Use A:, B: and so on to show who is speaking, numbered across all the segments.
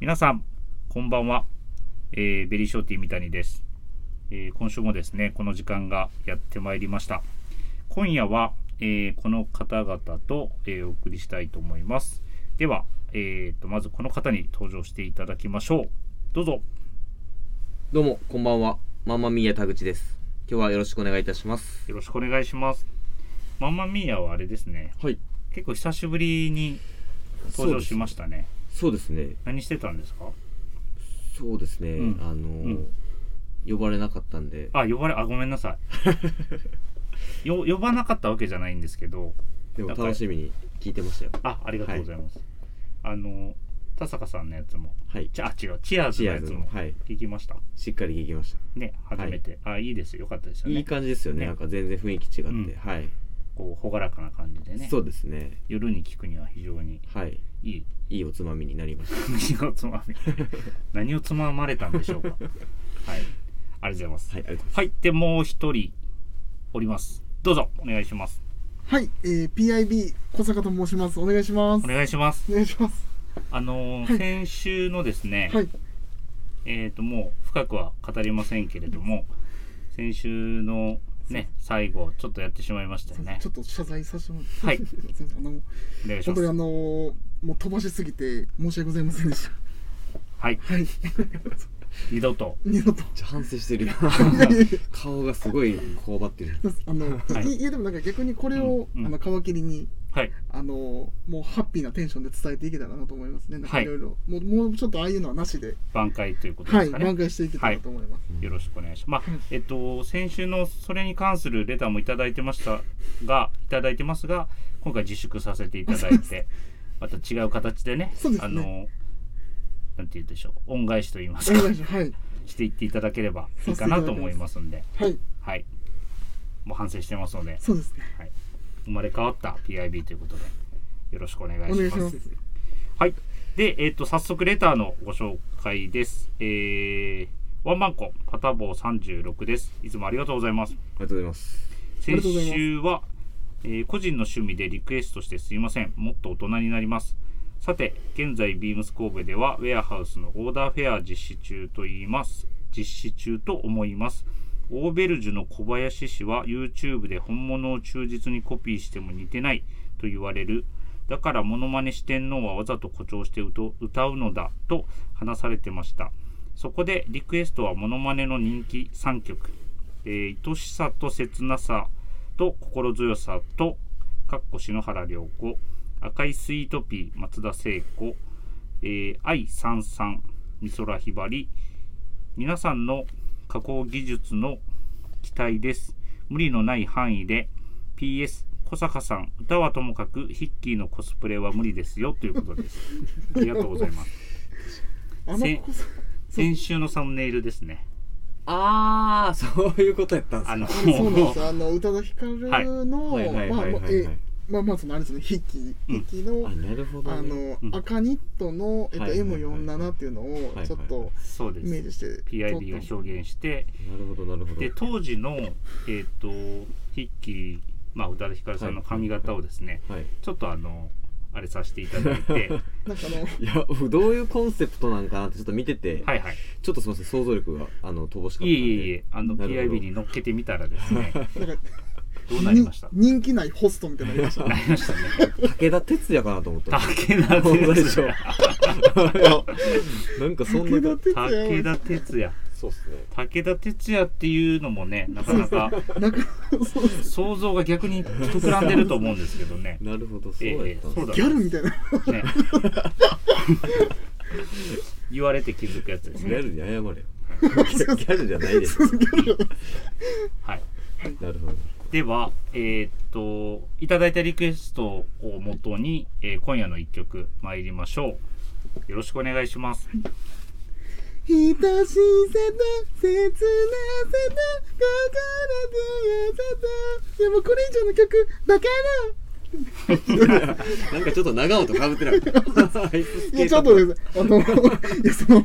A: 皆さん、こんばんは。えーベリーショーティー三谷です、えー今週もですね、この時間がやってまいりました。今夜は、えーこの方々と、えーお送りしたいと思います。では、えーと、まずこの方に登場していただきましょう。どうぞ。
B: どうも、こんばんは。マンマミーヤ田口です。今日はよろしくお願いいたします。
A: よろしくお願いします。マンマミーヤはあれですね、
B: はい。
A: 結構久しぶりに登場しましたね。
B: そうですね。
A: 何してたんですか
B: そうですね。
A: うん
B: あのー
A: うん
B: 呼ばれなかったんで。
A: あ、呼ばれ、あ、ごめんなさ い。よ呼ばなかったわけじゃないんですけど、
B: でも
A: やっぱり
B: 楽しみに聞いてましたよ。
A: あ、ありがとうございます。あの、田坂さんのやつも、
B: はい。
A: ちゃあ、違う、チアーズ
B: チ
A: の
B: ア
A: や
B: ー
A: つ
B: ズ
A: も
B: の。、はい。
A: 聞きました。
B: しっかり聞きまし
A: ね、初めて。あ、いいですよ。よかったです
B: た。
A: よね。
B: いい感じですよね。
A: ね
B: なんか全然雰囲気違って。
A: うん
B: はい、
A: こう、朗らかな感じでね。
B: そうですね。
A: 夜に聞くには非常に
B: はい。
A: い い。
B: いいおつまみになりました。
A: 何をつまみ、何をつままれたんでしょ うか。はい。ありがとうございます。
B: はい、ありがとうございます。
A: はい。で、もう一人、おります。どうぞ、お願いします。
C: はい、えー、PIB 小坂と申します。お願いします。
A: お
C: お
A: 願いします。
C: 願いします。
A: あのー
C: はい
A: 先週のですね、
C: はい、
A: えー、ともう深くは語りませんけれども先週のね最後ちょっとやってしまいましたよね
C: ちょっと謝罪させてもらって、
A: はい
C: すいませんあの
A: お願いし
C: 本
A: ま
C: 当にあ
A: す
C: のーもう飛ばしすぎて申し訳ございませんでした。
A: はい
C: はい、
A: 二度と
C: 二度と。
B: ちょっと反省してるよ。 顔がすごいこわばってる。
C: あの、
A: はい
C: い、いやでもなんか逆にこれを、
A: うんうん
C: あの皮切りに
A: はい
C: あのーもうハッピーなテンションで伝えていけたらなと思いますね。なん
A: は
C: か
A: い
C: いろいろ、もうもうちょっとああいうのはなしで、
A: 挽回ということ
C: は
A: で
C: い、
A: すかね、
C: 挽回していけたらと思います。
A: よろしくお願いします、ま
C: は
A: あ
C: い
A: えっと先週のそれに関するレターもいただいてましたがいただいてますが今回自粛させていただい てまた違う形でね
C: そうで
A: あ
C: すね
A: のなんて言うでしょう恩返しと言います
C: お
A: か
C: 願いします。はい、
A: していっていただければいいかなと思いますんで
C: はい、
A: はい。もう反省してますので、
C: そうですね。
A: 生まれ変わった PIB ということで、よろしくお願いし
C: お願
A: ま
C: いし
A: す。
C: ます。
A: はい。で、えっ、と、早速レターのご紹介です。えー、ワンマンコ、パタボー36です。いつもありがとうございます。
B: ありがとうございます。
A: 先
C: りがとうございます
A: 週は、えー個人の趣味でリクエストしてすいません。もっと大人になります。さて、現在、ビームス神戸では、ウェアハウスのオーダーフェア実施中と言います。実施中と思います。オーベルジュの小林氏は YouTube で本物を忠実にコピーしても似てないと言われる。だからモノマネ四天王はわざと誇張してうと歌うのだと話されてました。そこでリクエストはモノマネの人気3曲。えー愛しさと切なさと心強さと、かっこ篠原涼子、赤いスイートピー、松田聖子、えー、愛三三、美空ひばり、皆さんの加工技術の期待です。無理のない範囲で、PS、小坂さん、歌はともかく、ヒッキーのコスプレは無理ですよということです。ありがとうございます。
C: あの
A: せ
C: こ そ、
A: 先週のサムネイルですね。
B: ああ、そういうことやったんです
A: あ
B: か
A: の、
C: そうな んです。あの宇多田ヒカル
A: はい
C: の、
B: はいはいはい
C: まあ
B: は
C: まあ
B: い、
C: え
B: はい。
C: まあまあそのあれですね、筆記
A: うん
C: 筆記の、
B: あ、なるほど、ね。
C: あの、
A: うん
C: 赤ニットのえっと、
B: はいはいはい
C: M47 っていうのを
B: はい
C: ちょっと
A: そう
C: イ
A: で
C: メー
A: す。
C: ジして撮った、
A: PIB が表現して、
B: なるほどなるほど。
A: で当時の、えー、とヒッキー、まあ、宇多田ヒカルさんの髪型をですね、
B: はい。
A: ちょっとあのあれさせていただい て
C: なんかあの
B: いやどういうコンセプトなんかなってちょっと見てて、
A: はいはい
B: ちょっとすみません想像力があの乏しかったんで
A: いえいえいえあの
B: なるほ
A: PIB
B: ど
A: に乗っけてみたらで すね
C: なんか
A: どうなりました
C: に人気ないホストみたいになりました。
A: なりましたね
B: 武田鉄矢かなと思った
A: 武田
B: 本当で
A: 鉄
B: しょ
A: 矢
B: なんかそんな
C: 武田鉄
A: 武
C: 矢
A: 田鉄矢
B: そうっすね
A: 武田鉄矢っていうのもねなかなか
C: なんかそう
A: 想像が逆に膨らんでると思うんですけど ね
B: なるほどそうやったんですね
A: ええええそうだ
C: ギャル みたいな。
A: ね言われて気づくやつです
B: ギャ
A: ね
B: ルに謝れよギャルじゃないです
A: はい
B: なるほど
A: では、えーっと、いただいたリクエストをもとに、えー今夜の一曲参りましょう。よろしくお願いします。
C: ひたしさと切なさと心強さといやもうこれ以上の曲バカな
B: なんかちょっと長尾とかぶってない
C: いや、ちょっとです。あの、いや、その、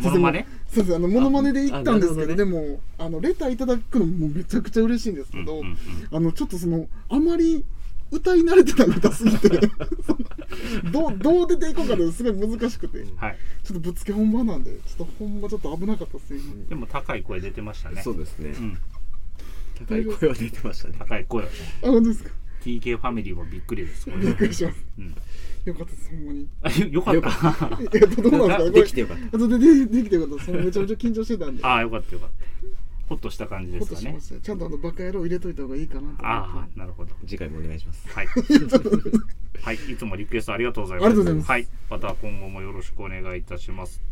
A: モノマネ
C: そうですね、あの、モノマネで行ったんですけど、
B: あな
C: で
B: る
C: も、あの、レターいただくのもめちゃくちゃ嬉しいんですけど、
A: うんうんうん
C: あの、ちょっとその、あまり歌い慣れてなくなさすぎて、その どうどう出ていこうかってすごい難しくてちょ
A: はい。
C: っとぶっつけ本番なんでちょっとほんまちょっと危なかったですね
A: でも高い声出てましたね。
B: そうですね
A: う。ん。
B: 高い声は出てましたね。
A: 高い声をね。
C: あ本当ですか
A: TK ファミリーもびっくりです。これ
C: びっくりします
A: うん
C: よかったですほんまにい
A: あよよか
B: よ
A: った。
C: やどうなんですかねこれ
B: できてよかった。
C: あとででできてよかったですめちゃめちゃ緊張してたん で
A: ああ、よかったよかった。ほっとした感じで
C: ほっ
A: す
C: と
A: か
C: し
A: ね
C: ま。したよちゃんとあのバカ野郎入れといた方がいいかなと思
A: あ
C: っ
A: あ、なるほど。
B: 次回もお願いします。
A: はい。はい、いつもリクエストありがとうございます。
C: ありがとうございます
A: はい、また今後もよろしくお願いいたします。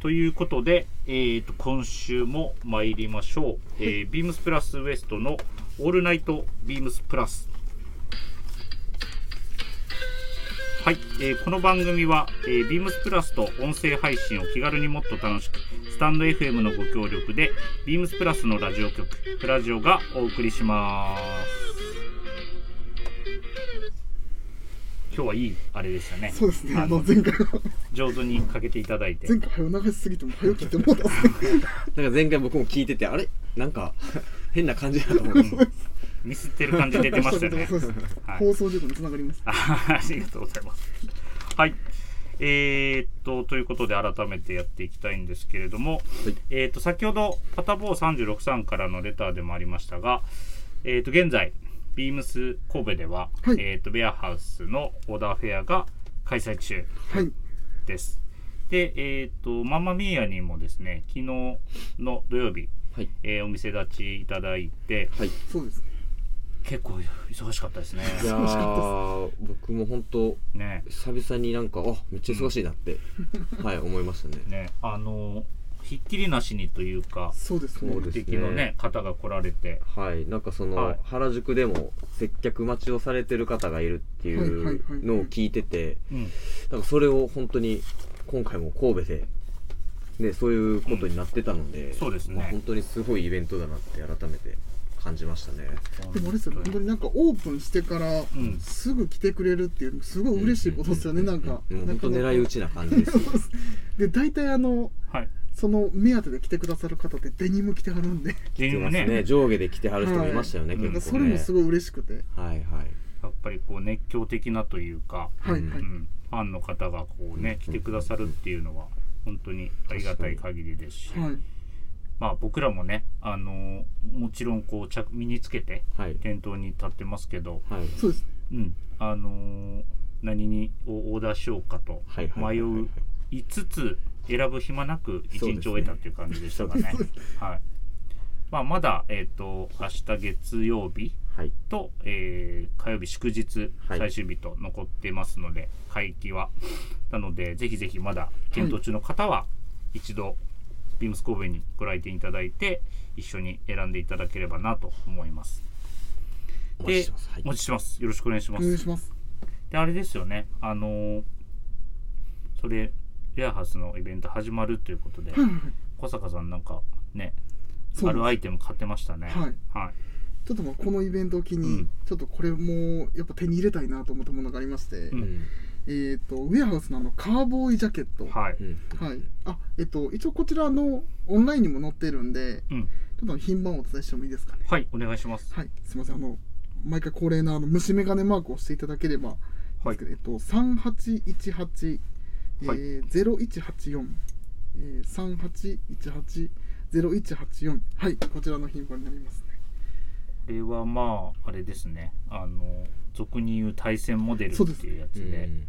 A: ということで、えー、と今週も参りましょう、えービームスプラスウエストの「オールナイトビームスプラス」はい、えーこの番組は、えー、ビームスプラスと音声配信を気軽にもっと楽しくスタンド FM のご協力でビームスプラスのラジオ局プラジオがお送りします今日はいいあれでしたね
C: てそうですね
A: あ
C: あ
A: の
C: の前回
A: 上手にかけていただいて
C: 前回早流しすぎても早切ってもうたっすね
B: なんか前回僕も聞いてて、あれなんか 変な感じだと思 って。
A: ミスってる感じ出てましたよね
C: そうそうそう
A: はい
C: 放送事故につながります
A: ありがとうございます。はい。えーっと、ということで改めてやっていきたいんですけれども、
B: はい
A: えーっと、先ほど、パタボー36さんからのレターでもありましたが、えーっと、現在、ビームス神戸では、
C: はい
A: えーっと、ベアハウスのオーダーフェアが開催中
C: はい
A: です。で、えーっと、ママミーアにもですね、昨日の土曜日、
B: はい。
A: えーお店立ちいただいて、
B: はい。い
C: そうです
A: 結構忙しかったですね。
B: やー、僕も本当
A: ね
B: 久々になんか、あめっちゃ忙しいなって、はい、思いま したね。
A: ね、あの、ひっきりなしにというか、
C: そうですね
B: そうです
A: 目的のね方が来られて
B: はい、なんかその、
A: はい
B: 原宿でも接客待ちをされてる方がいるってい
C: はいはいはいう
B: のを聞いてて、
A: うん
B: なんかそれを本当に今回も神戸で、ね、そういうことになってたので、
A: そうですね
B: まあ本当にすごいイベントだなって改めて感じましたね。
C: でもあれですよね本当になんかオープンしてから
A: ん
C: すぐ来てくれるっていうのすごい嬉しいことですよねなんか
B: もう
C: な
B: 本
C: んか
B: 当狙い撃ちな感じですよ。
C: で大体あの
A: はい
C: その目当てで来てくださる方ってデニム着てはるんで
A: デニム
B: 来てますね
A: ね
B: 上下で来てはる人もいましたよね、
A: はい
C: なんか
B: 結
C: そ
B: 構
C: れ
B: ね。
C: もすごい嬉しくて
B: はいはい。
A: やっぱりこう熱狂的なというか、
C: はいは
A: う
C: い
A: ん、ファンの方がこうね来てくださるっていうのは本当にありがたい限りですし、
C: はい
A: まあ僕らもねあのもちろんこう着身につけて
B: はい。
A: 店頭に立ってますけど、
B: はい。
C: そうですね
A: うん、あの何にをオーダーしようかと
B: はいはいはいはい
A: 迷う5つ選ぶ暇なく一日終えたっていう感じでしたがね。
C: そうです
A: はいまあ、まだ、えっと明日月曜日
B: はい。
A: と、えー火曜日祝日
B: はい
A: 最終日と残ってますので、会期は。なのでぜひぜひまだ検討中の方は一度、ビームス神戸にご来店いただいて一緒に選んでいただければなと思います。
B: お待
A: で
B: ちしてます。はい
A: お待ちしてます。よろしくお願いし
C: お
A: ます。
C: 願いします
A: であれですよねあのーそれレアハウスのイベント始まるということで
C: はいはいはい
A: 小坂さんなんかね
C: そう
A: あ
C: な
A: る
C: んです
A: アイテム買ってましたね
C: はいちょっとまあこのイベントを機
A: う
C: に
A: ん
C: ちょっとこれもやっぱ手に入れたいなと思ったものがありまして
A: うん
B: うん。
C: えっとウェアハウスのあのカーボーイジャケット
A: はい、
B: うん。
C: はい、あえっと一応こちらのオンラインにも載ってるんで
A: うん、
C: ちょっと品番をお伝えしてもいいですかね
A: はいお願いします
C: はいすいませんあの毎回恒例のあの虫眼鏡マークを押していただければ
A: はい
C: えっと3818、え
A: はい
C: ー、0184、えー、38180184はいこちらの品番になりますね
A: これはまああれですねあの俗に言う対戦モデルって
C: そうです
A: いうやつで
B: うん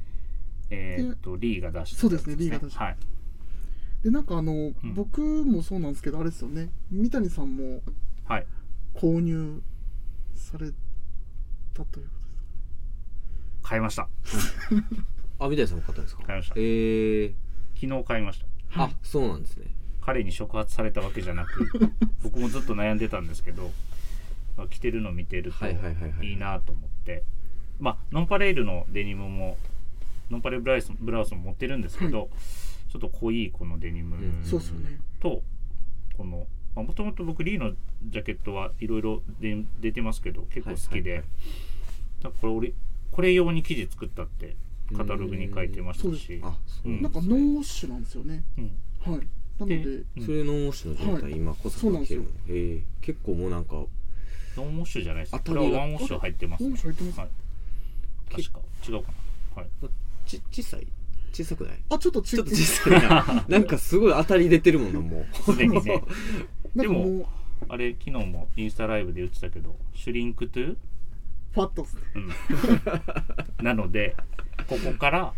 A: えーっとリーが出して
C: そうですねリーが出した
A: はい
C: でなんかあの、
A: ん
C: 僕もそうなんですけどあれですよね三谷さんも
A: はい
C: 購入されたということです
A: 買いました
B: あ、三谷さんも買ったんですか
A: 買いました
B: えー。
A: 昨日買いました
B: あ、そうなんですね。
A: 彼に触発されたわけじゃ なく僕もずっと悩んでたんですけどまあ着てるの見てると
B: はいはいはいはい
A: いいなと思ってまあノンパレールのデニムもノンパレールブラウスブラウスも持ってるんですけど、ちょっと濃いこのデニム
B: うん
C: そうっすよね
A: とこのもともと僕リーのジャケットはいろいろで出てますけど結構好きで、
B: はいはい
A: だからこれ俺これ用に生地作ったってカタログに書いてましたし、
B: あ、そう
A: うん
C: なんかノンウォッシュなんですよね
A: うん
C: はいなの
A: で
C: で
A: うん
B: それのもしの状態、
C: はい
B: 今小坂が着てるの
C: そ
B: へえ結構もうなんか
A: ノンウォッシュじゃないです
B: 当た
A: こ
B: り
A: れ
B: が
A: はワンウォッシュ入ってます
C: ノンウォッシュ入ってます
A: はい、確か違うかな、 はい。
D: ち小さい小さくない
C: あちょっと
D: ち
C: ち
D: ょっと小さいな なんかすごい当たり出てるもんなも
A: すでにね。
C: なんかも
A: で
C: う
A: あれ、昨日もインスタライブで言ってたけど、シュリンクトゥー
C: ファットっすね
A: うん、なのでここから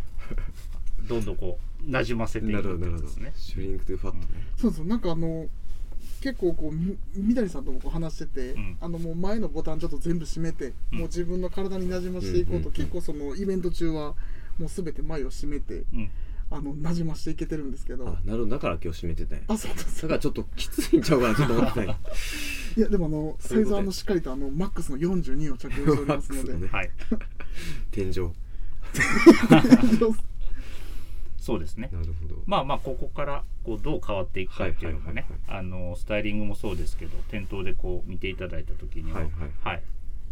A: どんどんこうなじませ
D: う
A: てい
D: なるほ
A: く
D: ど
A: っ
D: な
A: てこ
D: るほ
A: と
D: ど
A: ですね。
D: シュリンクトゥーファットね、
C: そうそうなんかあの結構こうみみどりさんともこう話してて、
A: うん
C: あのもう前のボタンちょっと全部閉めて、
A: うん
C: もう自分の体になじましてい
D: う
C: こうと、
D: んうんうん
C: 結構そのイベント中はもう全て前を閉めて
A: うん、
C: あのなじましていけてるんですけど
D: あなるほどだから今日閉めてたんや
C: あそうです
D: だからちょっときついんち ゃうかなちょっと思ってたんや
C: いやでもあの
D: そういう
C: サイ
D: こ
C: ズ
D: と
C: は
D: や
C: あのしっかりとあのマックスの42を着用しておりますので、
D: マック
A: はい、
D: 天井
A: そうですね。
D: なるほど
A: まあまあここからこうどう変わっていくかっていうのがね
D: はいはいは、
A: あのスタイリングもそうですけど、店頭でこう見ていただいた時には、は
D: は
A: いい、
D: はい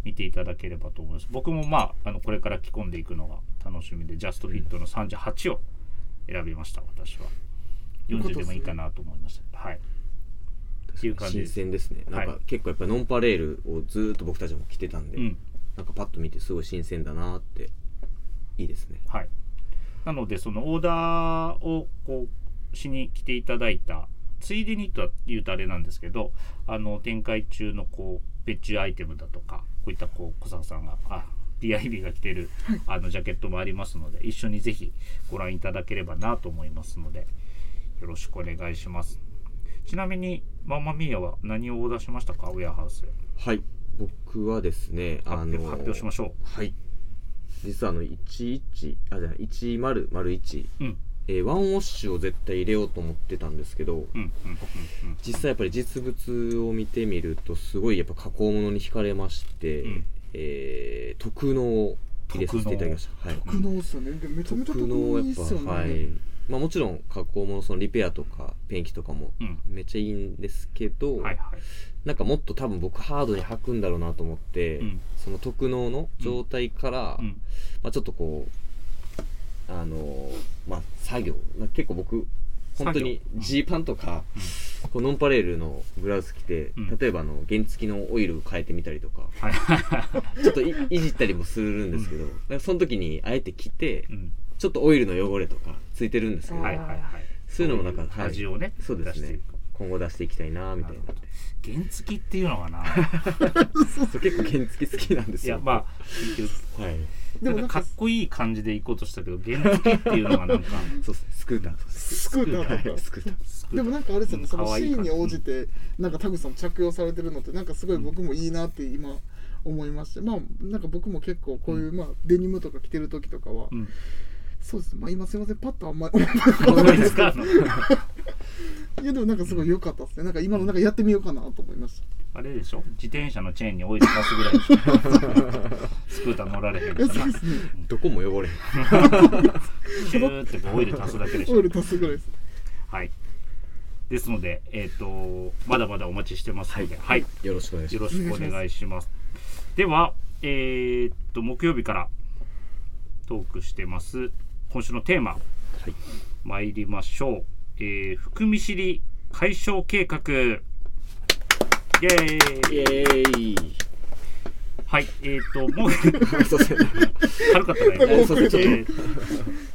A: 見ていただければと思います。僕もまああのこれから着込んでいくのが楽しみで、ジャストフィットの38を選びました。私は40でもいいかなと思いました。はい。っていう感じで
D: 新
A: す
D: 鮮ですねなん
A: は
D: か
A: い
D: 結構やっぱノンパレールをずーっと僕たちも着てたんで、
A: うん。
D: なんかパッと見てすごい新鮮だなーっていいですね
A: はい、なのでそのオーダーをこうしに来ていただいたついでにとは言うとあれなんですけどあの展開中のこう別注アイテムだとかこういったこう小坂さんがあ PIB が着てるあのジャケットもありますので一緒にぜひご覧いただければなと思いますのでよろしくお願いしますちなみにママミーヤは何をオーダーしましたかウェアハウス
D: はい僕はですね
A: 発
D: あ
A: 表,、
D: のー
A: 発表しましょ
D: はい実はあの11あじゃあ1001
A: ううん
D: えーワンウォッシュを絶対入れようと思ってたんですけど
A: うんうんうん
D: 実際やっぱり実物を見てみるとすごいやっぱ加工物に惹かれまして、
A: うん
D: えー特能を入れさせていただきましたはい
C: 特能っすよねでめちゃめちゃ特
D: 特
C: 能
D: 能
C: いい
D: や
C: っ
D: っ
C: すよね、
D: ぱはいまあもちろん加工物そのリペアとかペンキとかも
A: うんうん
D: めっちゃいいんですけど、
A: はいはい
D: なんかもっと多分僕ハードに履くんだろうなと思って、
A: うん
D: その特能の状態から、
A: うん
D: まあ、ちょっとこうあのーまあ作業な結構僕本当に
A: 作業うん
D: ジーパンとか、こうノンパレールのブラウス着て、
A: うん
D: 例えばあの原付のオイル変えてみたりとか
A: はい
D: ちょっといいじったりもするんですけど、だからその時にあえて着て
A: うん
D: ちょっとオイルの汚れとかついてるんですけど、
A: はいはいはい。
D: そういうのもなんかはい
A: 味をね、
D: そうで
A: 出し
D: す
A: てい
D: ね
A: く
D: 今後出していきたいなみたいな
A: なるほ原付っていうのか な。
D: そう結構原付好きなんで
A: い
D: すよ
A: やまあいいけど
D: あはい
C: でも
A: な
C: なんん
A: か
C: か
A: かっこいい感じで行こうとしたけど原付っていうのがなんか。
D: そうですねスクーター
C: スクーターと
D: は
C: か
D: いスクーター
C: でもなんかあれですよね、その
A: 可
C: シ
A: 愛い
C: ーン
A: 感じ
C: に応じて、なんか田口さんも着用されてるのって、なんかすごい僕もいいなって今思いまして、まあ、なんか僕も結構こういう、まあ、デニムとか着てる時とかは、
A: うん。
C: そうですね、まあ今すいません、パッとあんまり、
A: 思いつかんの
C: いやでもなんかすごい良かったですね、なんか今のなんかやってみようかなと思いまし
A: あれでしょ自転車のチェーンにオイル足すぐらい でしょスクーター乗られへん
C: た。いや、
A: か
C: そ
A: ら
C: うですね、
D: どこも汚れへん
A: シューってこうオイル足すだけでし
C: オ
A: ょ
C: イル足すぐらいです。
A: はいですのでえっ、とまだまだお待ちしてますのではい
D: よろしくお願いし
A: よ
D: ま
A: ろしくお願いします。では、えーっと、木曜日からトークしてます、今週のテーマ、
D: す。はい。
A: 参りましょう。えー、含み知り解消計画。イェーイ
D: イエーイ。
A: はい、えーっと、もう、
D: そうですね。
A: 軽かったな、今。
D: なんか遅れた
A: えー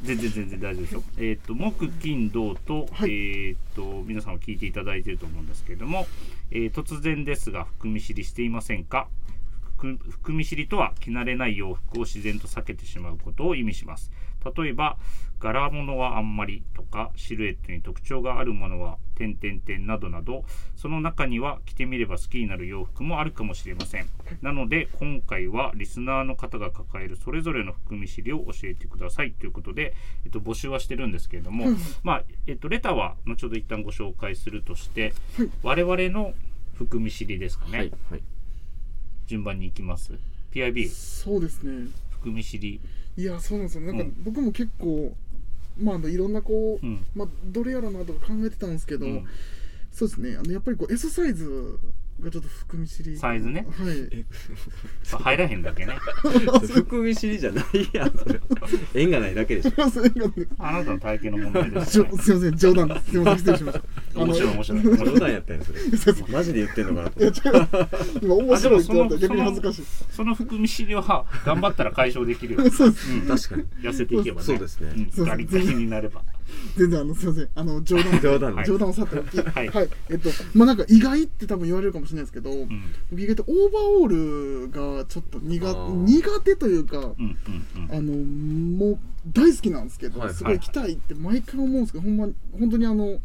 A: 全然全然大丈夫ですよ。えーっと、木、金、銅と、
C: はい
A: えーっと、皆さんは聞いていただいていると思うんですけれども、えー突然ですが、含み知りしていませんか含含み知りとは着慣れない洋服を自然と避けてしまうことを意味します例えば柄物はあんまりとかシルエットに特徴があるものは点々点などなどその中には着てみれば好きになる洋服もあるかもしれませんなので今回はリスナーの方が抱えるそれぞれの含み知りを教えてくださいということで、えっと、募集はしてるんですけれども、まあえっと、レターは後ほど一旦ご紹介するとして我々の含み知りですかね、
D: はい。はい。
A: 順番に行きます。PIB、
C: そうですね、
A: 含み知り。
C: いや、そうなんですよ、なんか
A: うん
C: 僕も結構、まあ、あのいろんなこう、
A: うん
C: まあ、どれやろうなとか考えてたんですけど、
A: うん
C: そうですね、あのやっぱりこう S サイズがちょっと含み知り。
A: サイズね
C: はい。
A: あ入らへんだけね。
D: 含み知りじゃないやん。それ縁がないだけでしょ。
C: すいません、
A: あなたの体型の問題です
C: すい
A: ね。
C: ません冗談です。すいません、失礼しました。あ の
A: 面白い面白い面
D: 冗
A: 白い
D: 談やったんやそれ マジで言ってんのかなと思って
C: 今面白いってなった
A: あでもそ
C: ら逆
A: の
C: に恥ずかしい
A: その含み資料は頑張ったら解消できるよ、うん、
C: そうです
D: 確かに
A: 痩せていけばね
D: そうですね
A: ん、ガリガリになれば
C: 全然あのすいませんあの冗談
D: 冗談
A: はい
D: で
C: 冗談をさておき、
A: は
C: はいい、えっと、まあ、なんか意外って多分言われるかもしれないですけど、
A: うん
C: 僕意外とオーバーオールがちょっと苦
D: あー
C: 苦手というか、
A: うんうん
C: あのもう大好きなんですけど、
D: はい
C: すごい着たいって毎回思うんですけど、ほんまに本当にあの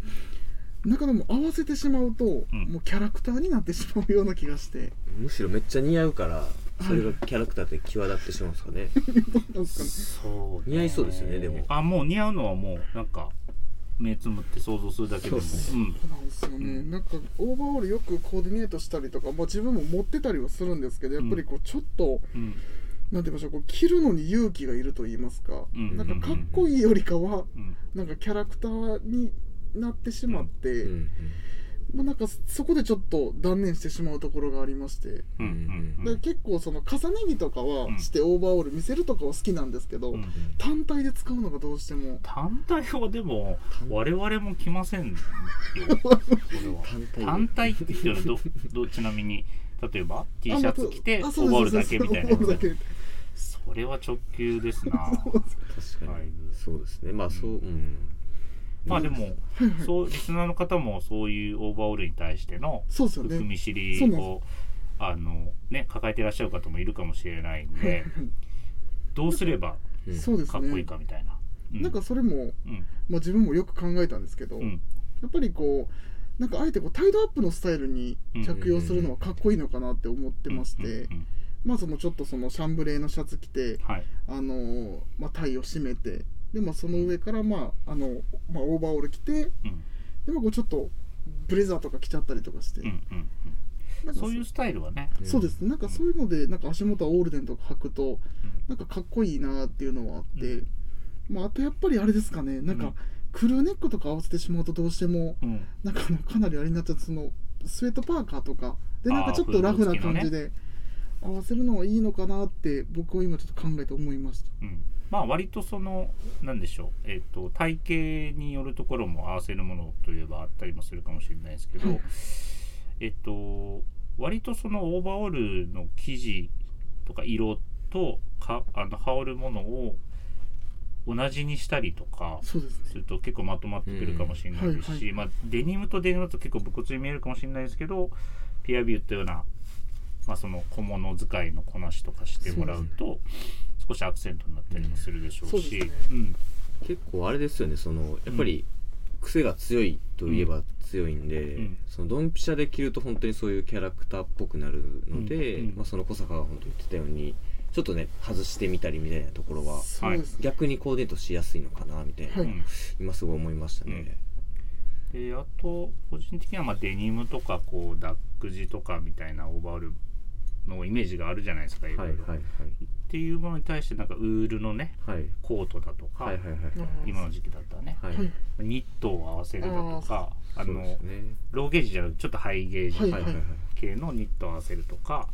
C: 中でも合わせてしまうと、
A: ん
C: もうキャラクターになってしまうような気がして、
D: むしろめっちゃ似合うからそれがキャラクターって際立ってしまうんですかね
C: なんですかね、
A: そう
D: 似合いそうですよねでも
A: あもう似合うのはもうなんか目つむって想像するだけでも
D: そうっす
A: ん
C: そうなんですよね、
A: うん
C: なんかオーバーオールよくコーディネートしたりとか、まあ、自分も持ってたりはするんですけどやっぱりこうちょっと、
A: うん
C: なんて言いましょうこう着るのに勇気がいると言いますか、
A: うん
C: なんかかっこいいよりかは
A: うん
C: なんかキャラクターになってしまって、
D: うんうん
C: まあ、なんかそこでちょっと断念してしまうところがありまして、
A: うんうんう
C: だから
A: ん
C: 結構その重ね着とか
A: うん
C: はしてオーバーオール見せるとかは好きなんですけど、
A: うん
C: 単体で使うのがどうしても
A: 単体はでも我々も来ませんよこ
D: 単
A: れ
D: 体
A: は単体っていうのはどどちなみに例えば T シャツ着て
C: あ
A: オ
C: まあそう
A: ーバーオールだけみたいな
C: あそうですそうですオーバーオールだけ
A: それは直球ですな
D: 確か
A: だい
D: に
A: ぶ
D: そうですねまあそううん
A: まあでもそうリスナーの方もそういうオーバーオールに対しての
C: そうですよ
A: 含
C: ね
A: み知り
C: そうなん
A: をあのね抱えていらっしゃる方もいるかもしれ ないんでどうすれば
D: うん
C: そうです
A: か
C: ね
A: っこいいかみたいな。う
C: なんかそれも、
A: うん
C: まあ、自分もよく考えたんですけど、
A: う
C: や
A: ん
C: っぱりこうなんかあえてこうタイドアップのスタイルに着用するのはかっこいいのかなって思ってまして、
A: うんうん
C: まあそのちょっとそのシャンブレーのシャツ着て
A: うんはい
C: あのーまあ、タイを締めてで、まあ、その上から、まああのまあ、オーバーオール着て
A: うん
C: で、まあ、こうちょっとブレザーとか着ちゃったりとかして、
A: うんうん
C: な
A: うんん
C: か
A: そういうスタイルはね
D: うん
C: そうですねなんかそういうのでなんか足元はオールデンとか履くとなんかかっこいいなっていうのはあって、
A: うん
C: まあ、あとやっぱりあれですかねなんか、
A: うん
C: クルーネックとか合わせてしまうとどうしても
A: うん
C: なんかあのかなりあれになっちゃってそのスウェットパーカーとかでなんかちょっとラフな感じで合わせるのはいいのかなって僕は今ちょっと考えて思いました。
A: うんまあ割とそのなんでしょうえっと体型によるところも合わせるものといえばあったりもするかもしれないですけ
C: は
A: ど
C: い
A: えっと割とそのオーバーオールの生地とか色とかあの羽織るものを同じにしたりとか
C: そうですね
A: すると結構まとまってくるかもしれないですし、
C: う
A: まあ、デニムとデニムだと結構武骨に見えるかもしれないですけどピアビューットような、まあ、その小物使いのこなしとかしてもらうと少しアクセントになったりもするでしょう
C: そうです
A: し
C: ね
A: うん
D: 結構あれですよねそのやっぱり癖が強いといえば強いんで、
A: うん
D: そのドンピシャで着ると本当にそういうキャラクターっぽくなるので、
A: うんうん
D: まあ、その小坂が本当に言ってたようにちょっとね外してみたりみたいなところは
C: そうですね、
D: 逆にコーディネートしやすいのかなみたいな、
C: はい
A: うん
D: 今すごい思いましたね、
A: であと個人的にはまあデニムとかこうダック地とかみたいなオーバーオールのイメージがあるじゃないですかいろ
D: はいい
A: ろ、
D: はい
A: っていうものに対してなんかウールのね
D: はいはい
A: コートだとか、
D: はいはいはい
A: 今の時期だったらね、
D: はい
C: はい
A: ニットを合わせるだとかあ
D: そう
A: の、
D: ですね
A: ローゲージじゃなくてちょっとハイゲー
C: はい
A: ジ
D: はいはいはい
A: 系のニットを合わせるとか、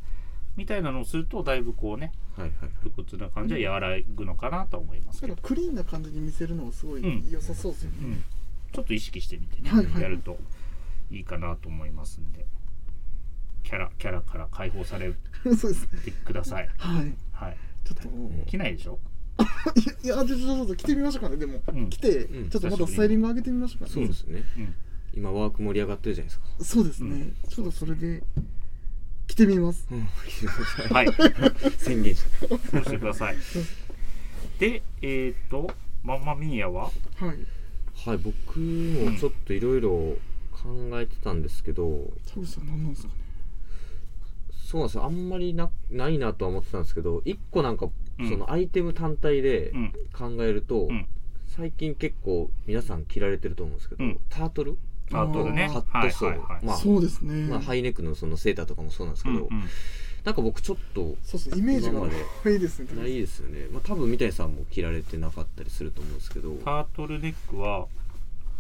A: みたいなのをするとだいぶこうね
D: はいはい
A: 武骨な感じは和らぐのかなとは思います
C: だ
A: け
C: か
A: ど
C: ら、クリーンな感じに見せるのがすごい
A: うん
C: 良さそうですよね、
A: うん、ちょっと意識してみてね、
C: はいはい
A: やるといいかなと思いますんでキャラキャラから解放され
C: そうですね
A: てくだ さい。
C: はい
A: はい、
C: ちょっと、
A: 着ないでしょ
C: いやいやちょっとちょっと着てみましょうかねでも、
A: うん
C: 着て、
D: うん
C: ちょっとまたスタイリング上げてみましょうかね
D: そうですね
A: うん
D: 今ワーク盛り上がってるじゃないですか
C: そうですね、
A: うん
C: ちょっとそれで着てみます
D: うん
A: はい、
D: 宣言した
A: そうしてください。で、えっ、と、ママミーヤは、
C: はい
D: はい、僕もちょっといろいろ考えてたんですけど、
C: 田口さん何なんですかね
D: そうなんですよあんまりなないなとは思ってたんですけど一個なんか
A: うん
D: そのアイテム単体で
A: うん、
D: 考えると、
A: うん
D: 最近結構皆さん着られてると思うんですけど、
A: うん
D: タートル、
A: タートルね、
C: あ
D: カ
A: は
D: ッ
A: い
D: トソ
A: は
D: ー、
A: いはい。
D: まあ
C: そうですね、
D: まあ、ハイネックのそのセーターとかもそうなんです
A: う
D: け
A: ん
D: ど、
A: うん
D: なんか僕ちょっと
C: そうですねイメージが
D: 今まで
C: ないいですね
D: ないですよね、まあ、多分三谷さんも着られてなかったりすると思うんですけど
A: タートルネックは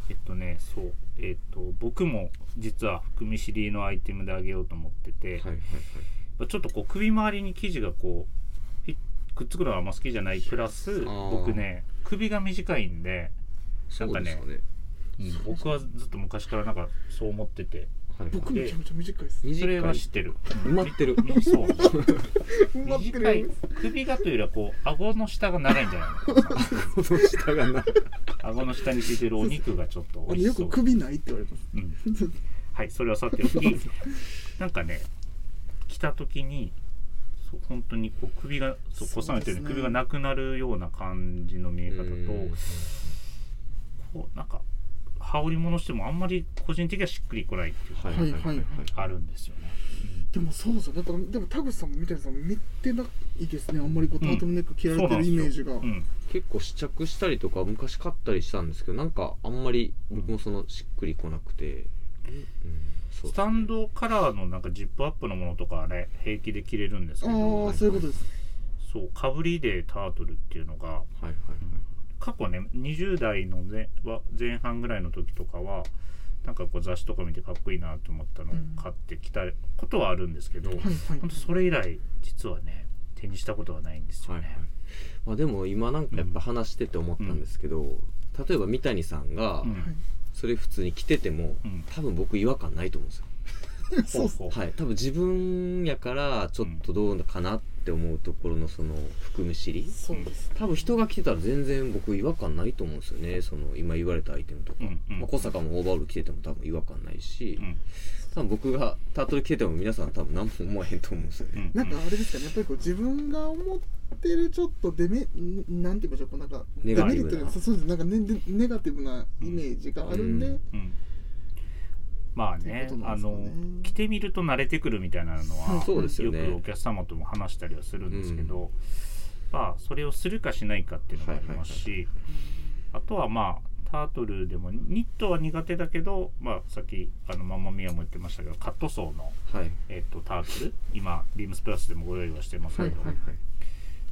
A: えっとねそうえっと僕も実は含み知りのアイテムであげようと思ってて、
D: はいはい
A: まあちょっとこう首周りに生地がこうひくっつくのはあんま好きじゃないプラス
D: ー
A: 僕ね首が短いんで
D: そうですかね
A: うん僕はずっと昔からなんかそう思ってて
D: はい
C: 僕めちゃめちゃ短いです。
A: それは知ってる
D: 埋まっ てる
A: うんそう
C: 埋まって
A: 短い
C: る。
A: 首がというよりはこう顎の下が長いんじゃないのかな
D: この下がな
A: 顎の下についてるお肉がちょっと
C: あ
A: 美味
C: の
A: し
C: よ
A: そ
C: く
A: う、
C: 首ないって言われます。
A: うん、はいそれはさておき なんかね来た時にそう本当にこう首がそう
C: そうです
A: 小
C: ね
A: さめてるように首がなくなるような感じの 見え方とこうなんか羽織り物してもあんまり個人的にはしっくりこないっていう
D: はい
A: か
D: はいはいはい
A: あるんですよね。
C: でもそうそうだからでも田口さんも三谷さんも見てないですねあんまりこうタートルネック着られてるイメージが、
A: うんうん
D: 結構試着したりとか昔買ったりしたんですけどなんかあんまり僕もそのしっくりこなくて、うんそうですね
A: スタンドカラーのなんかジップアップのものとかはね平気で着れるんですけ
C: あ
A: ど
C: あそういうことです
A: そうかぶりでタートルっていうのが
D: はいはい
A: 過去ね20代の前は前半ぐらいの時とかはなんかこう雑誌とか見てかっこいいなと思ったのを買ってきたことはあるんですけど、
C: はいはい
A: ほんとそれ以来実はね手にしたことはないんですよ
D: はいはいはい
A: ね。
D: まあでも今なんかやっぱ話してて思ったんですけど、例えば三谷さんが
A: うん
D: それ普通に着てても、
A: うん
D: 多分僕違和感ないと思うんですよ、
C: そうっす
A: ほうほう
D: はい、多分自分やからちょっとどうかなって思うところのその含む知り
C: そうです
D: 多分人が着てたら全然僕違和感ないと思うんですよねその今言われたアイテムとか、
A: うんうん
D: まあ、小坂もオーバーオール着てても多分違和感ないし、
A: うん
D: 多分僕がタートル着てても皆さん多分何も思わへんと思うんですよ
A: う
D: ね、
A: ん
C: なんかあれですかねやっぱりこう自分が思ってるちょっとデメんなんて言いましょうこうなんか
D: ネ
C: デ
D: ガ
C: メ
D: テ
C: リ
D: ィ
C: ッ
D: ブ
C: ト
D: な
C: がそうそうですなんかネネネガティブなイメージがあるんで、
D: うん
A: うんまあね
C: ということな
A: あ
C: んですか
A: の
C: ね
A: 着てみると慣れてくるみたいなのは
D: そうですよね
A: くお客様とも話したりはするんですけど、まあそれをするかしないかっていうのがありますし、
D: はいはい
A: あとはまあタートルでもニットは苦手だけど、まあ、さっきあのママミヤも言ってましたけどカットソーの、
D: はい
A: えっと、タートル今ビームスプラスでもご用意はしてますけど、
C: はいはい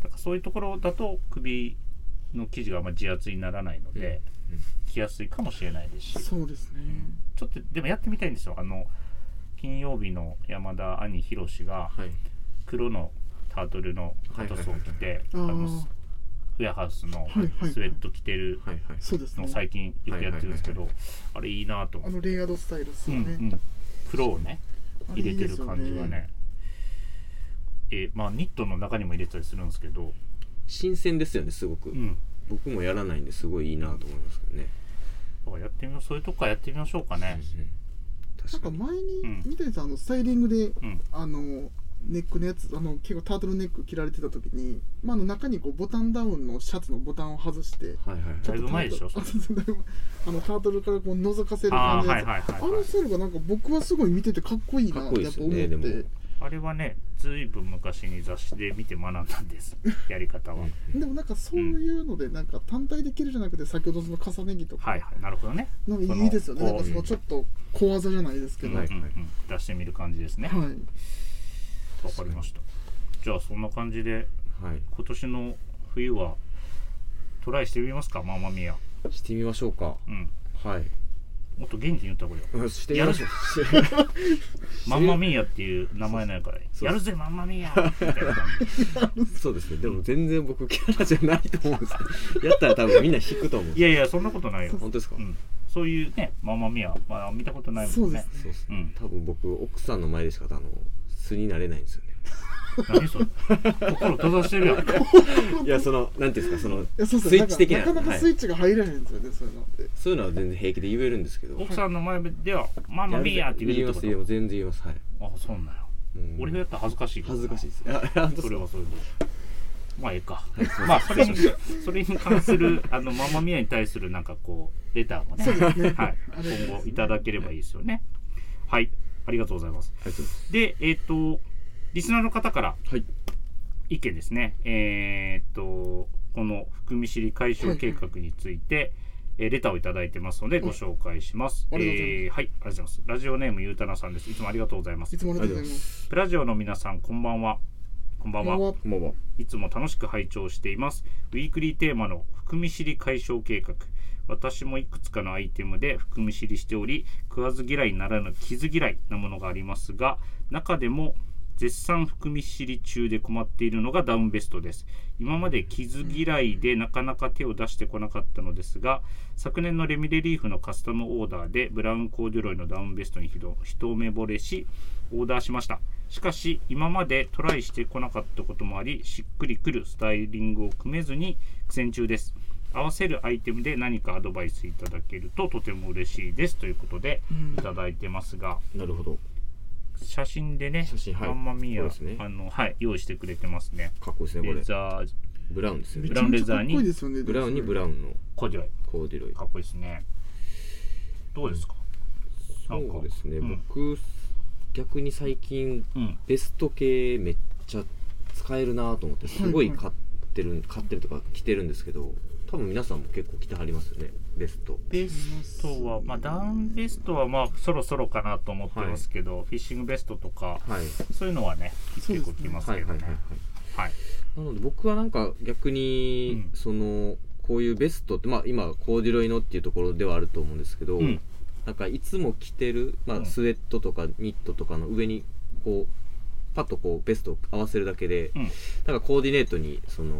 A: だからそういうところだと首の生地があんまり自圧にならないので、
D: うんうん
A: 着やすいかもしれないですし
C: そうですね、
A: ちょっとでもやってみたいんですよあの金曜日の山田兄宏が
D: はい
A: 黒のタートルのカットソーを着てあ
C: はいはいはい
A: の
C: あー
A: スウェアハウスの
C: いはいはい
A: スウェット着てる
D: はいはい
C: そうです
A: の
C: ね
A: を最近よくやってるんですけど
D: は
A: あれいいなと思
C: あ
A: って、
C: のレイヤードスタイルです
A: うん
C: よ
A: う
C: ね、
A: ん、黒をね
C: あれ
A: 入れ
C: いい
A: て
C: で
A: る
C: すよ
A: 感じがねえまあニットの中にも入れてたりするんですけど、
D: 新鮮ですよねすごく、
A: うん、
D: 僕もやらないんですごいいいなと思いますけどね、
A: だからやってみようそういうとこからやってみましょうかね。
D: うん
C: な
D: 確
C: ん
D: か
C: か
D: に
C: 前
A: うん
C: に三谷さんあのスタイリングで
A: うん
C: あのネックのやつあの結構タートルネック着られてた時に、まあ、あの中にこうボタンダウンのシャツのボタンを外して
D: はいはい
A: だいぶ前でしょ
C: あそうそうだいぶ あのタートルからこう覗かせる
A: あー
C: 感じの
A: はい
C: やつ
A: はいはい、
C: あ
A: はい
C: のスタイルがなんか僕はすごい見ててかっこいいな
D: か
C: っ
D: っこい
C: て
D: い
C: や
D: で
C: っ
D: す
C: ぱ
D: よ
C: 思っ
D: ね
C: て、
D: でも
A: あれはね、ずいぶん昔に雑誌で見て学んだんです、やり方は。はい
C: でもなんかそういうのでなんか単体で着るじゃなくて先ほどその重ね着とか、
A: はい、なるほどね。
C: なんかいいですよね
A: こ
C: な
A: の
C: んかそのちょっと小技じゃないですけど、
D: は
C: はいい、
A: うんうん、出してみる感じですね。わ、かりました。じゃあ、そんな感じで、
D: はい
A: 今年の冬は。トライしてみますか、ママミヤ。
D: してみましょうか
A: うん、
D: はい
A: もっと元気に言った方がいいよ。
D: うんしてみ
A: やる
D: ましょう
A: ママミヤっていう名前ないから、
D: そう
A: やるぜ、ママミヤ。みたいな感じ。
D: そう ですねでも全然僕キャラじゃないと思うんですけどやったら多分みんな引くと思うん
A: い
D: です
A: やいや、そんなことないよ。
D: 本当ですか、
A: うん、そういうね、ママミヤ、まあ、見たことない
C: そ
A: もん
C: うで
A: ね
C: す。
D: そうですね、
A: うん
D: 多分僕奥さんの前でしかあの素になれないんですよね
A: 何それ。心閉ざしてるやん。
D: いやそのなんていうんですかその
C: いやそうそう
D: スイッチ的な
C: なんかなかなかスイッチが入らへんですよね、そういうのって
D: そういうのは全然平気で言えるんですけど
A: 奥さんの前では「ママミーや」って言え
D: 言い
A: るってこ
D: ます言い
A: と
D: ます全然言いますはい
A: あそうなんや
D: もう
A: 俺がやったら恥ずかしいけど
D: 恥ずかしい
A: い
D: ですあ本当
A: そ
D: です
A: れ
D: か
A: はそれでまあええか
D: はいすい
A: ま
D: ま
A: あそれにそれに関するあのママミヤに対するなんかこうレターもね
C: そうですね
A: はい
C: あれですね
A: 今後いただければいいですよねはいありがとうございます
D: ありがとうございます
A: でえっ、とリスナーの方から
D: はい
A: 意見ですねえっ、とこの含み知り解消計画について、えーレターをいただいてますのでご紹介します。
C: ありがとうございます
A: えーはい、ありがとうございます。ラジオネームゆうたなさんです。いつもありがとうございます
C: いつ。もありがとうございます
A: プラジオの皆さん、こんばんは。こんばんは。
D: こんばんはい
A: つも楽しく拝聴しています。ウィークリーテーマの含み知り解消計画。私もいくつかのアイテムで含み知りしており、食わず嫌いならぬ傷嫌いなものがありますが、中でも絶賛含み知り中で困っているのがダウンベストです今まで傷嫌いでなかなか手を出してこなかったのですが昨年のレミレリーフのカスタムオーダーでブラウンコーデュロイのダウンベストにひど一目惚れしオーダーしましたしかし今までトライしてこなかったこともありしっくりくるスタイリングを組めずに苦戦中です合わせるアイテムで何かアドバイスいただけるととても嬉しいですということで
C: うん
A: いただいてますが、
D: なるほど
A: 写真でね
D: 写真はい
A: マンマミ
D: そ
A: ア、
D: うですね
A: あのはい用意してくれてますね
D: かっこいいですねこ
A: レ
D: れ
A: ザー
D: ブラウンですよ
C: め
A: ブ
D: ね
C: ち
A: ラ
C: ゃ
A: ウン
C: め
A: レ
C: ちゃ
A: ザ
C: か
A: ー
C: っ
A: に
C: こいいですよね
D: ブラウンにブ
C: ラ
D: ラウンの
A: コーデュロイ
D: コーデュロイ
A: かっこいいですねどうですかなんか
D: そうですね、
A: うん
D: 僕逆に最近
A: うん
D: ベスト系めっちゃ使えるなと思ってすごい買ってる、買ってるとか着てるんですけど多分皆さんも結構着てはりますよねベスト
A: ベストは、まあ、ダウンベストは、まあ、そろそろかなと思ってますけど、フィッシングベストとか、
D: はい
A: そういうのはね、結構きます
D: は
A: け
D: いはい
A: ど
D: はいはい
A: ね。はい。
D: なので僕はなんか逆に、
A: うん
D: そのこういうベストってまあ今コーデュロイのっていうところではあると思うんですけど、
A: うん
D: なんかいつも着てる、ま
A: う
D: あ、
A: ん
D: スウェットとかニットとかの上にこうパッとこうベストを合わせるだけで、
A: うん
D: なんかコーディネートにその、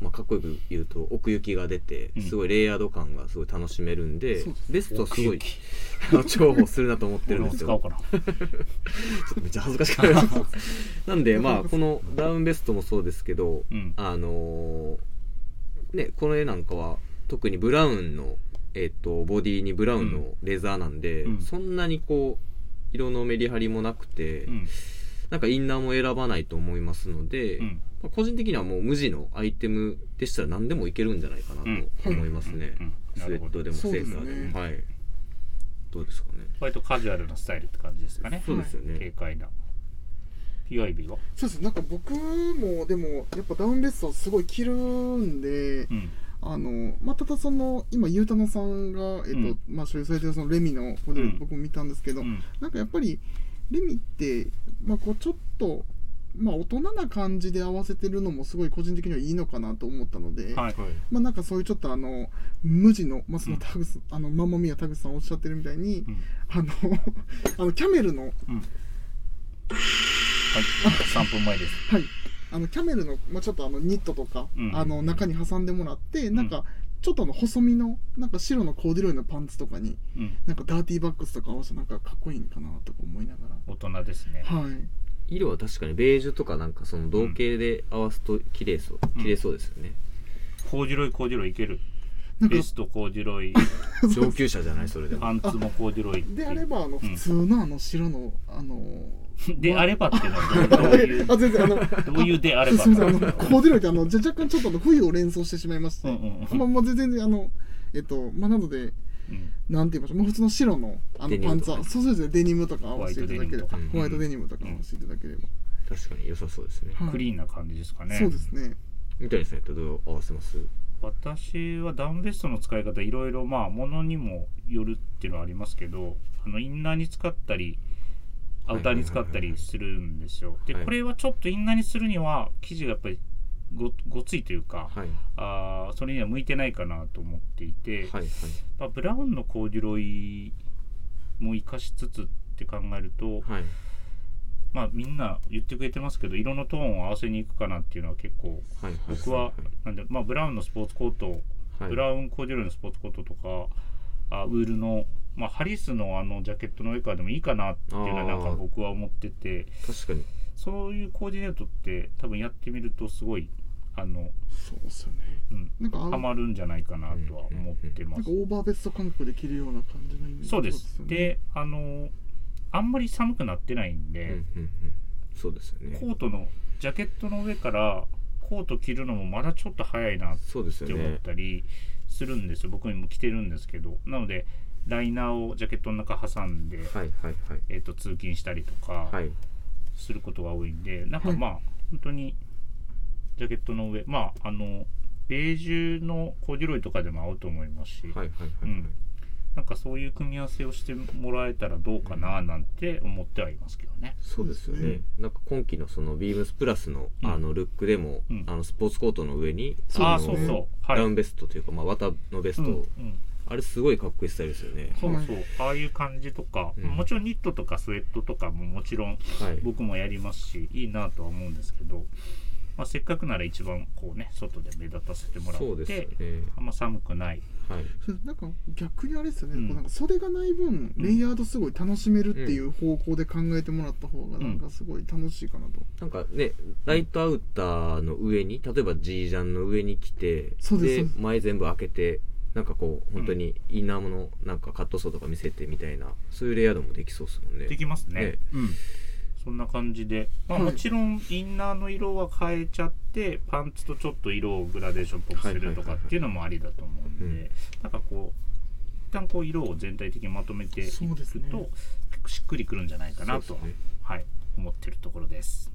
D: まあ、かっこよく言うと奥行きが出て
A: うん
D: すごいレイヤード感がすごい楽しめるんで、
C: そうです
D: ベストはすごいあの 重宝するなと思って
A: 俺
D: るん
A: も
D: です
A: 使
D: よ
A: おう。かな。
D: ちょっとめっちゃ恥ずかしくなりますなんでまあこのダウンベストもそうですけど
A: うん。
D: あのーねこの絵なんかは特にブラウンの、えっとボディにブラウン
A: うん
D: のレザーなんで、
A: うん
D: そんなにこう色のメリハリもなくて、
A: うん。
D: なんかインナーも選ばないと思いますので、
A: うん。
D: まあ個人的にはもう無地のアイテムでしたら何でもいけるんじゃないかな
A: うん
D: と思いますね、
A: うんうんな
D: スウ
A: る
D: ェ
A: ほ
D: ット
A: ど
D: で。もセ
C: そうで
D: ー
C: す
D: タ
C: ね
D: ーでもはいどうですかね
A: 割とカジュアルなスタイルって感じですかね。
D: そうですよね、
A: 軽快な。PIB は
C: そうですなんか僕もでもやっぱダウンベストすごい着るんで
A: うん。
C: あのまあただその今ゆうたのさんが、え
A: う
C: っと
A: ん
C: まあ、所有されてるそのレミのモデ
A: うん
C: ル僕も見たんですけど、
A: うん。
C: なんかやっぱりレミって、まあ、こうちょっと、まあ、大人な感じで合わせてるのもすごい個人的にはいいのかなと思ったので、
A: はい。
C: まあ、なんかそういうちょっとあの無地の,、まあそうの
A: ん
C: タグスあのママミヤタグスさんおっしゃってるみたいに、
A: うん
C: あの あのキャメルの,、
A: はい。3分前です。
C: はい、あのキャメルの、まあ、ちょっとあのニットとか、
A: うん
C: あの中に挟んでもらってなんかちょっとあの細身のなんか白のコーデュロイのパンツとかに
A: うん。
C: なんかダーティーバックスとか合わせてなんかかっこいいんかなとか思いなが
A: 大人ですね。
C: ら。はい
D: 色は確かにベージュとかなんかその同系で合わすと綺麗そう、綺麗そうですよね
A: コーデュロイ、コーデュロイいける。
C: なんか
A: ベストコーデュロイ、
D: 上級者じゃないそれでも
A: パンツもコーデュロイ。
C: であればあの
A: ん
C: 普通のあの白のあの
A: であればっていうのはどうどういう、
C: あ全然あの
A: どういうであれば
C: すみませんあのコーデュロイってあのじゃ若干ちょっとあの冬を連想してしまいまして、
A: うんうんうん
C: まあまあ全然あのえっとまあなので
A: うん
C: なんて言いましょうもう普通の白のあ
D: デ
C: の
D: ニ
C: パ
D: ムとか
C: ンツ
D: ね
C: ァそうそうですねデニムとか合わせていただければ
A: ホワイトデニムとか
C: ホワイトデニムとか合わせていただければ、
D: 確かに良さそうですね、
C: はい
A: クリーンな感じですかね。
C: そうですね
D: 三谷さんやったらどう合わせます
A: 私はダウンベストの使い方いろいろまあものにもよるっていうのはありますけどあのインナーに使ったりアウターに使ったりするんですよ。で
D: はい
A: これはちょっとインナーにするには生地がやっぱりごごついというか、
D: はい
A: あーそれには向いてないかなと思っていて、
D: はいはい
A: まあ、ブラウンのコーデュロイも生かしつつって考えると、
D: はい
A: まあみんな言ってくれてますけど色のトーンを合わせにいくかなっていうのは結構
D: はいはい
A: 僕は、なんでまあブラウンのスポーツコート
D: はい
A: ブラウンコーデュロイのスポーツコートとかあウールの、まあ、ハリスのあのジャケットの上からでもいいかなっていうのは
D: あー
A: なんか僕は思ってて
D: 確かに
A: そういうコーディネートって多分やってみるとすごいあの、
C: そうですよね
A: うん、
C: なんかあ
A: ハ
C: の
A: マるんじゃないかなとは思ってま
C: なん
A: す
C: か。オーバーベスト感覚で着るような感じのイメージ
A: そうです
C: よね
A: であのあんまり寒くなってないん
D: うんうん
A: で、
D: うんそうですよね
A: コートのジャケットの上からコート着るのもまだちょっと早いなっ
D: そうです
A: って
D: よ
A: 思っ
D: ね
A: たりするんですよ、僕にも着てるんですけどなのでライナーをジャケットの中挟んで、
D: はいはいはい
A: えー、と通勤したりとか
D: はい
A: することが多いんで、なんか
C: はい
A: まあ本当にジャケットの上まああのベージュのコーデュロイとかでも合うと思いますし、
D: はいはいはい
A: うん、なんかそういう組み合わせをしてもらえたらどうかななんて思ってはいますけどね。
D: そうですよ
C: そう
D: ね
C: で
D: なんか今期のそのビームスプラスの
A: うん
D: あのルックでも
A: うん
D: あのスポーツコートの上に
C: そう
A: あ
D: あ
A: あーそう
D: の
A: そう、は
D: ダ
A: い
D: ウンベストというかまあ綿のベス
A: う
D: ト
A: ん
D: を
A: うん
D: あれすごいかっこいいスタイルですよね。
A: そう
C: はい
A: そう、ああいう感じとか、
D: うん
A: もちろんニットとかスウェットとかももちろん
D: はい。
A: 僕もやりますし、いいなとは思うんですけど、まあ、せっかくなら一番こうね、外で目立たせてもら
D: そう
A: っ
D: ですよ
A: て、
D: ね。
A: あんま寒くない。
D: はい。
C: なんか逆にあれですよね、
A: うん
C: こうなんか袖がない分レイヤードすごい楽しめるっていう方向で考えてもらった方がなんかすごい楽しいかなと、
D: なんかね、ライトアウターの上に、例えば G ジャンの上に来て、
C: そうですそうです
D: 前全部開けて、なんかこう、本当にインナーもの、なんかカットソーとか見せてみたいな、そういうレイヤードもできそうですもんね。
A: できますね。
D: ね
A: うん。そんな感じで、まあ、
C: は
A: も
C: い
A: ちろんインナーの色は変えちゃって、パンツとちょっと色をグラデーションっぽくするとかっていうのもありだと思うんで、
D: はいはいはい
A: なんかこう一旦こう色を全体的にまとめていくと、
C: そうですね
A: 結構しっくりくるんじゃないかなと、
D: そうですね
A: はい、思ってるところです。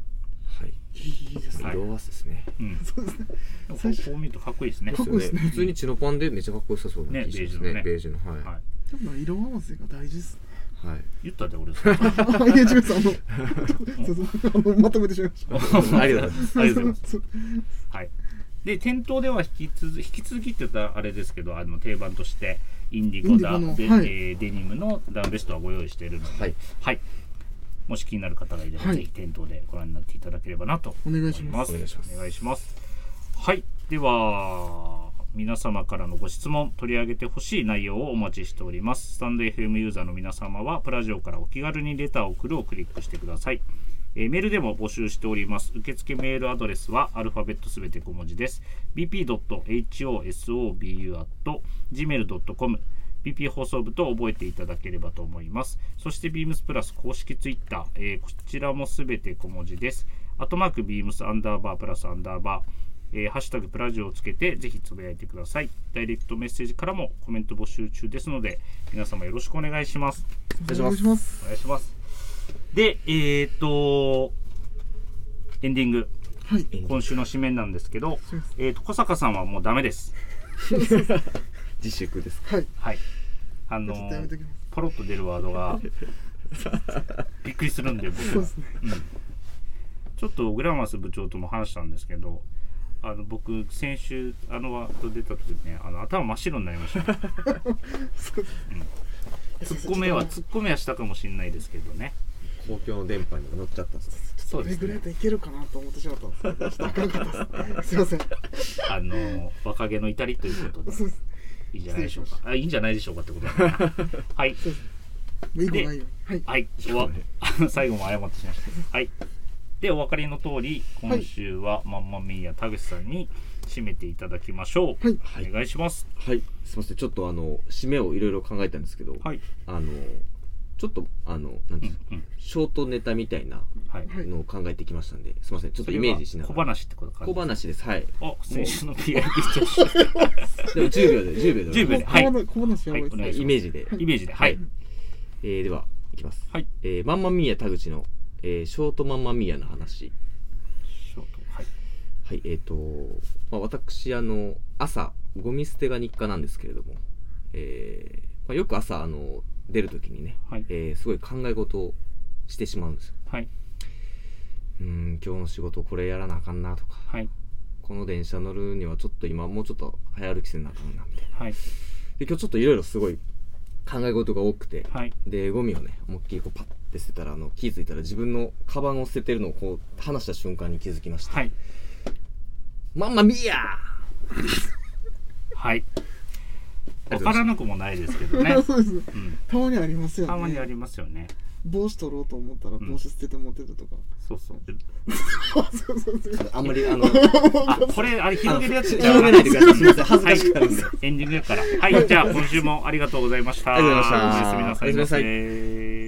D: はい。
C: いいですね、
A: はい
D: 色合わせですね。
A: うん、
C: そうですね
A: でもこ
C: 最
A: う
C: 初
A: こう見るとかっこいいですね。
C: かっこいいですね
D: 普通にチノパンでめちゃかっこよさそうな
A: ね
D: 気しますね。
A: ベ
D: ベ
A: ー
D: ー
A: ジ
D: ジュの。はい。
A: は、
D: はい
C: でも色合わせが大事です ね
A: 言
D: い。
A: ったで俺それあ
C: あいや違いますあのそうそうあのまとめてしまいました
D: ありがとうございます。
A: りがとうございます。
C: そう
A: はい、で店頭では引き続き引き続きって言ったらあれですけどあの定番としてインディゴだ
C: インディゴの
A: で、
C: はい
A: えーデニムのダウンベストはご用意しているので、
D: はい
A: はいもし気になる方がいれば、
C: はい
A: ぜひ店頭でご覧になっていただければなと
C: お願いし
A: 思い
C: ま
A: ますす。
D: お願いします
A: お願いしますはいでは皆様からのご質問取り上げてほしい内容をお待ちしておりますスタンド FM ユーザーの皆様はプラジオからお気軽にレターを送るをクリックしてくださいえーメールでも募集しております受付メールアドレスはアルファベットすべて小文字です bp.hosobu.gmail.com PP 放送部と覚えていただければと思います。そして Beams プラス公式ツイッター、えーこちらもすべて小文字です。アットマーク Beams アンダーバープラスアンダーバー、えーハッシュタグプラジオをつけてぜひつぶやいてください。ダイレクトメッセージからもコメント募集中ですので、皆様よろしくお願いします。
C: お願いします
A: お願いします。で、えー、っと、エンディング、
C: はい
A: 今週の締めなんですけど
C: すいま、
A: えー、っと、小坂さんはもうダメです。
D: 自粛ですか。
C: はい
A: はい。あの
C: ちょっとやめときます
A: ポロッと出るワード がびっくりするんで僕
C: そ
A: は
C: うですね
A: ちょっとグラマラス部長とも話したんですけどあの僕先週あのワード出た時ねあの頭真っ白になりました、ね、
C: そう
A: ツッコミはツッコミはしたかもしれないですけどね
D: 公共の電波に乗っちゃったんです
A: そうで
C: レ
A: す
C: グレ
A: ね
C: ートいけるかなと思ってしまったんですけどちょっとあかんかっ たですすいません
A: あの若気の至りということで
C: そうです
A: いいんじゃないでしょう
C: 失礼し
A: かあいいんじゃないでしょうかってことだな はい
C: もう以後ないようにはい
A: はい、おわ最後も謝ってし まいました。はい。で、お分かりの通り、今週はマンマミーや田口さんに締めていただきましょう。
C: はい
A: お願いします。
D: はい。すみません。ちょっとあの、締めをいろいろ考えたんですけど、
A: はい。
D: あの、ちょっと、あの、なんていうんですか、
A: うん。
D: ショートネタみたいな
A: はい。
C: はい
D: のを考えてきましたんで、すみません。ちょっとイメージしな
A: 小
D: がら。
A: 話ってことか。
D: 小。話です。はい。
A: あ、先週の PIP
D: でも10秒で、10秒で。
A: 10秒ではい
C: 小話小話やばいです
A: はいお願いしま
C: ね。
A: す
D: イメージで。
A: イメージで。はい。
D: えー、では、いきます。
A: はい。
D: えー、マンマミーヤ田口の、えー、ショートマンマミーヤの話。
A: ショート。はい。
D: はい、えっ、と、まあ、私、あの、朝、ゴミ捨てが日課なんですけれども、えーまあ、よく朝、あの、出るときにね、
A: はい
D: えーすごい考え事をしてしまうんですよ。
A: はい。
D: うーん、今日の仕事これやらなあかんなとか、
A: はい。
D: この電車乗るにはちょっと今、もうちょっと早歩きせなあかんな、みたいな。
A: はい。
D: で、今日ちょっといろいろすごい考え事が多くて、
A: はい。
D: で、ゴミをね、思いっきりこうパッて捨てたら、あの、気づいたら自分のカバンを捨ててるのをこう、離した瞬間に気づきました。
A: はい。
D: マンマミーヤ
A: はい。
D: ありがとうございま
A: わ
D: す
A: からなくもないですけ どね
C: そうですね
A: うん。
C: たまにありますよね
A: たまにありますよね。
C: 帽子取ろうと思ったら帽子捨てて持ってた とか、
A: そうそう。
C: そうそうそう
D: あんまり、あの、
A: あ、これ、あれ、広げるやつじゃ
D: 広めないでください。すみません。恥ずかしくなるんで。
A: エンディングやから。はい、じゃあ今週もありがとうございました。
D: ありがとうございました
A: おやすみなさいませ。